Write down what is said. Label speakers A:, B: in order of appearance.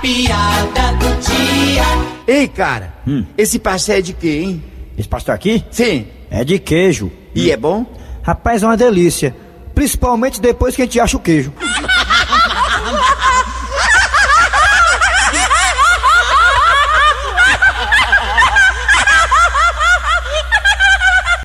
A: piada do dia.
B: Ei, cara,
C: Hum.
B: esse pastel é de quê, hein?
C: Esse pastel aqui
B: Sim.
C: é de queijo.
B: E é bom?
C: Rapaz, é uma delícia. Principalmente depois que a gente acha o queijo.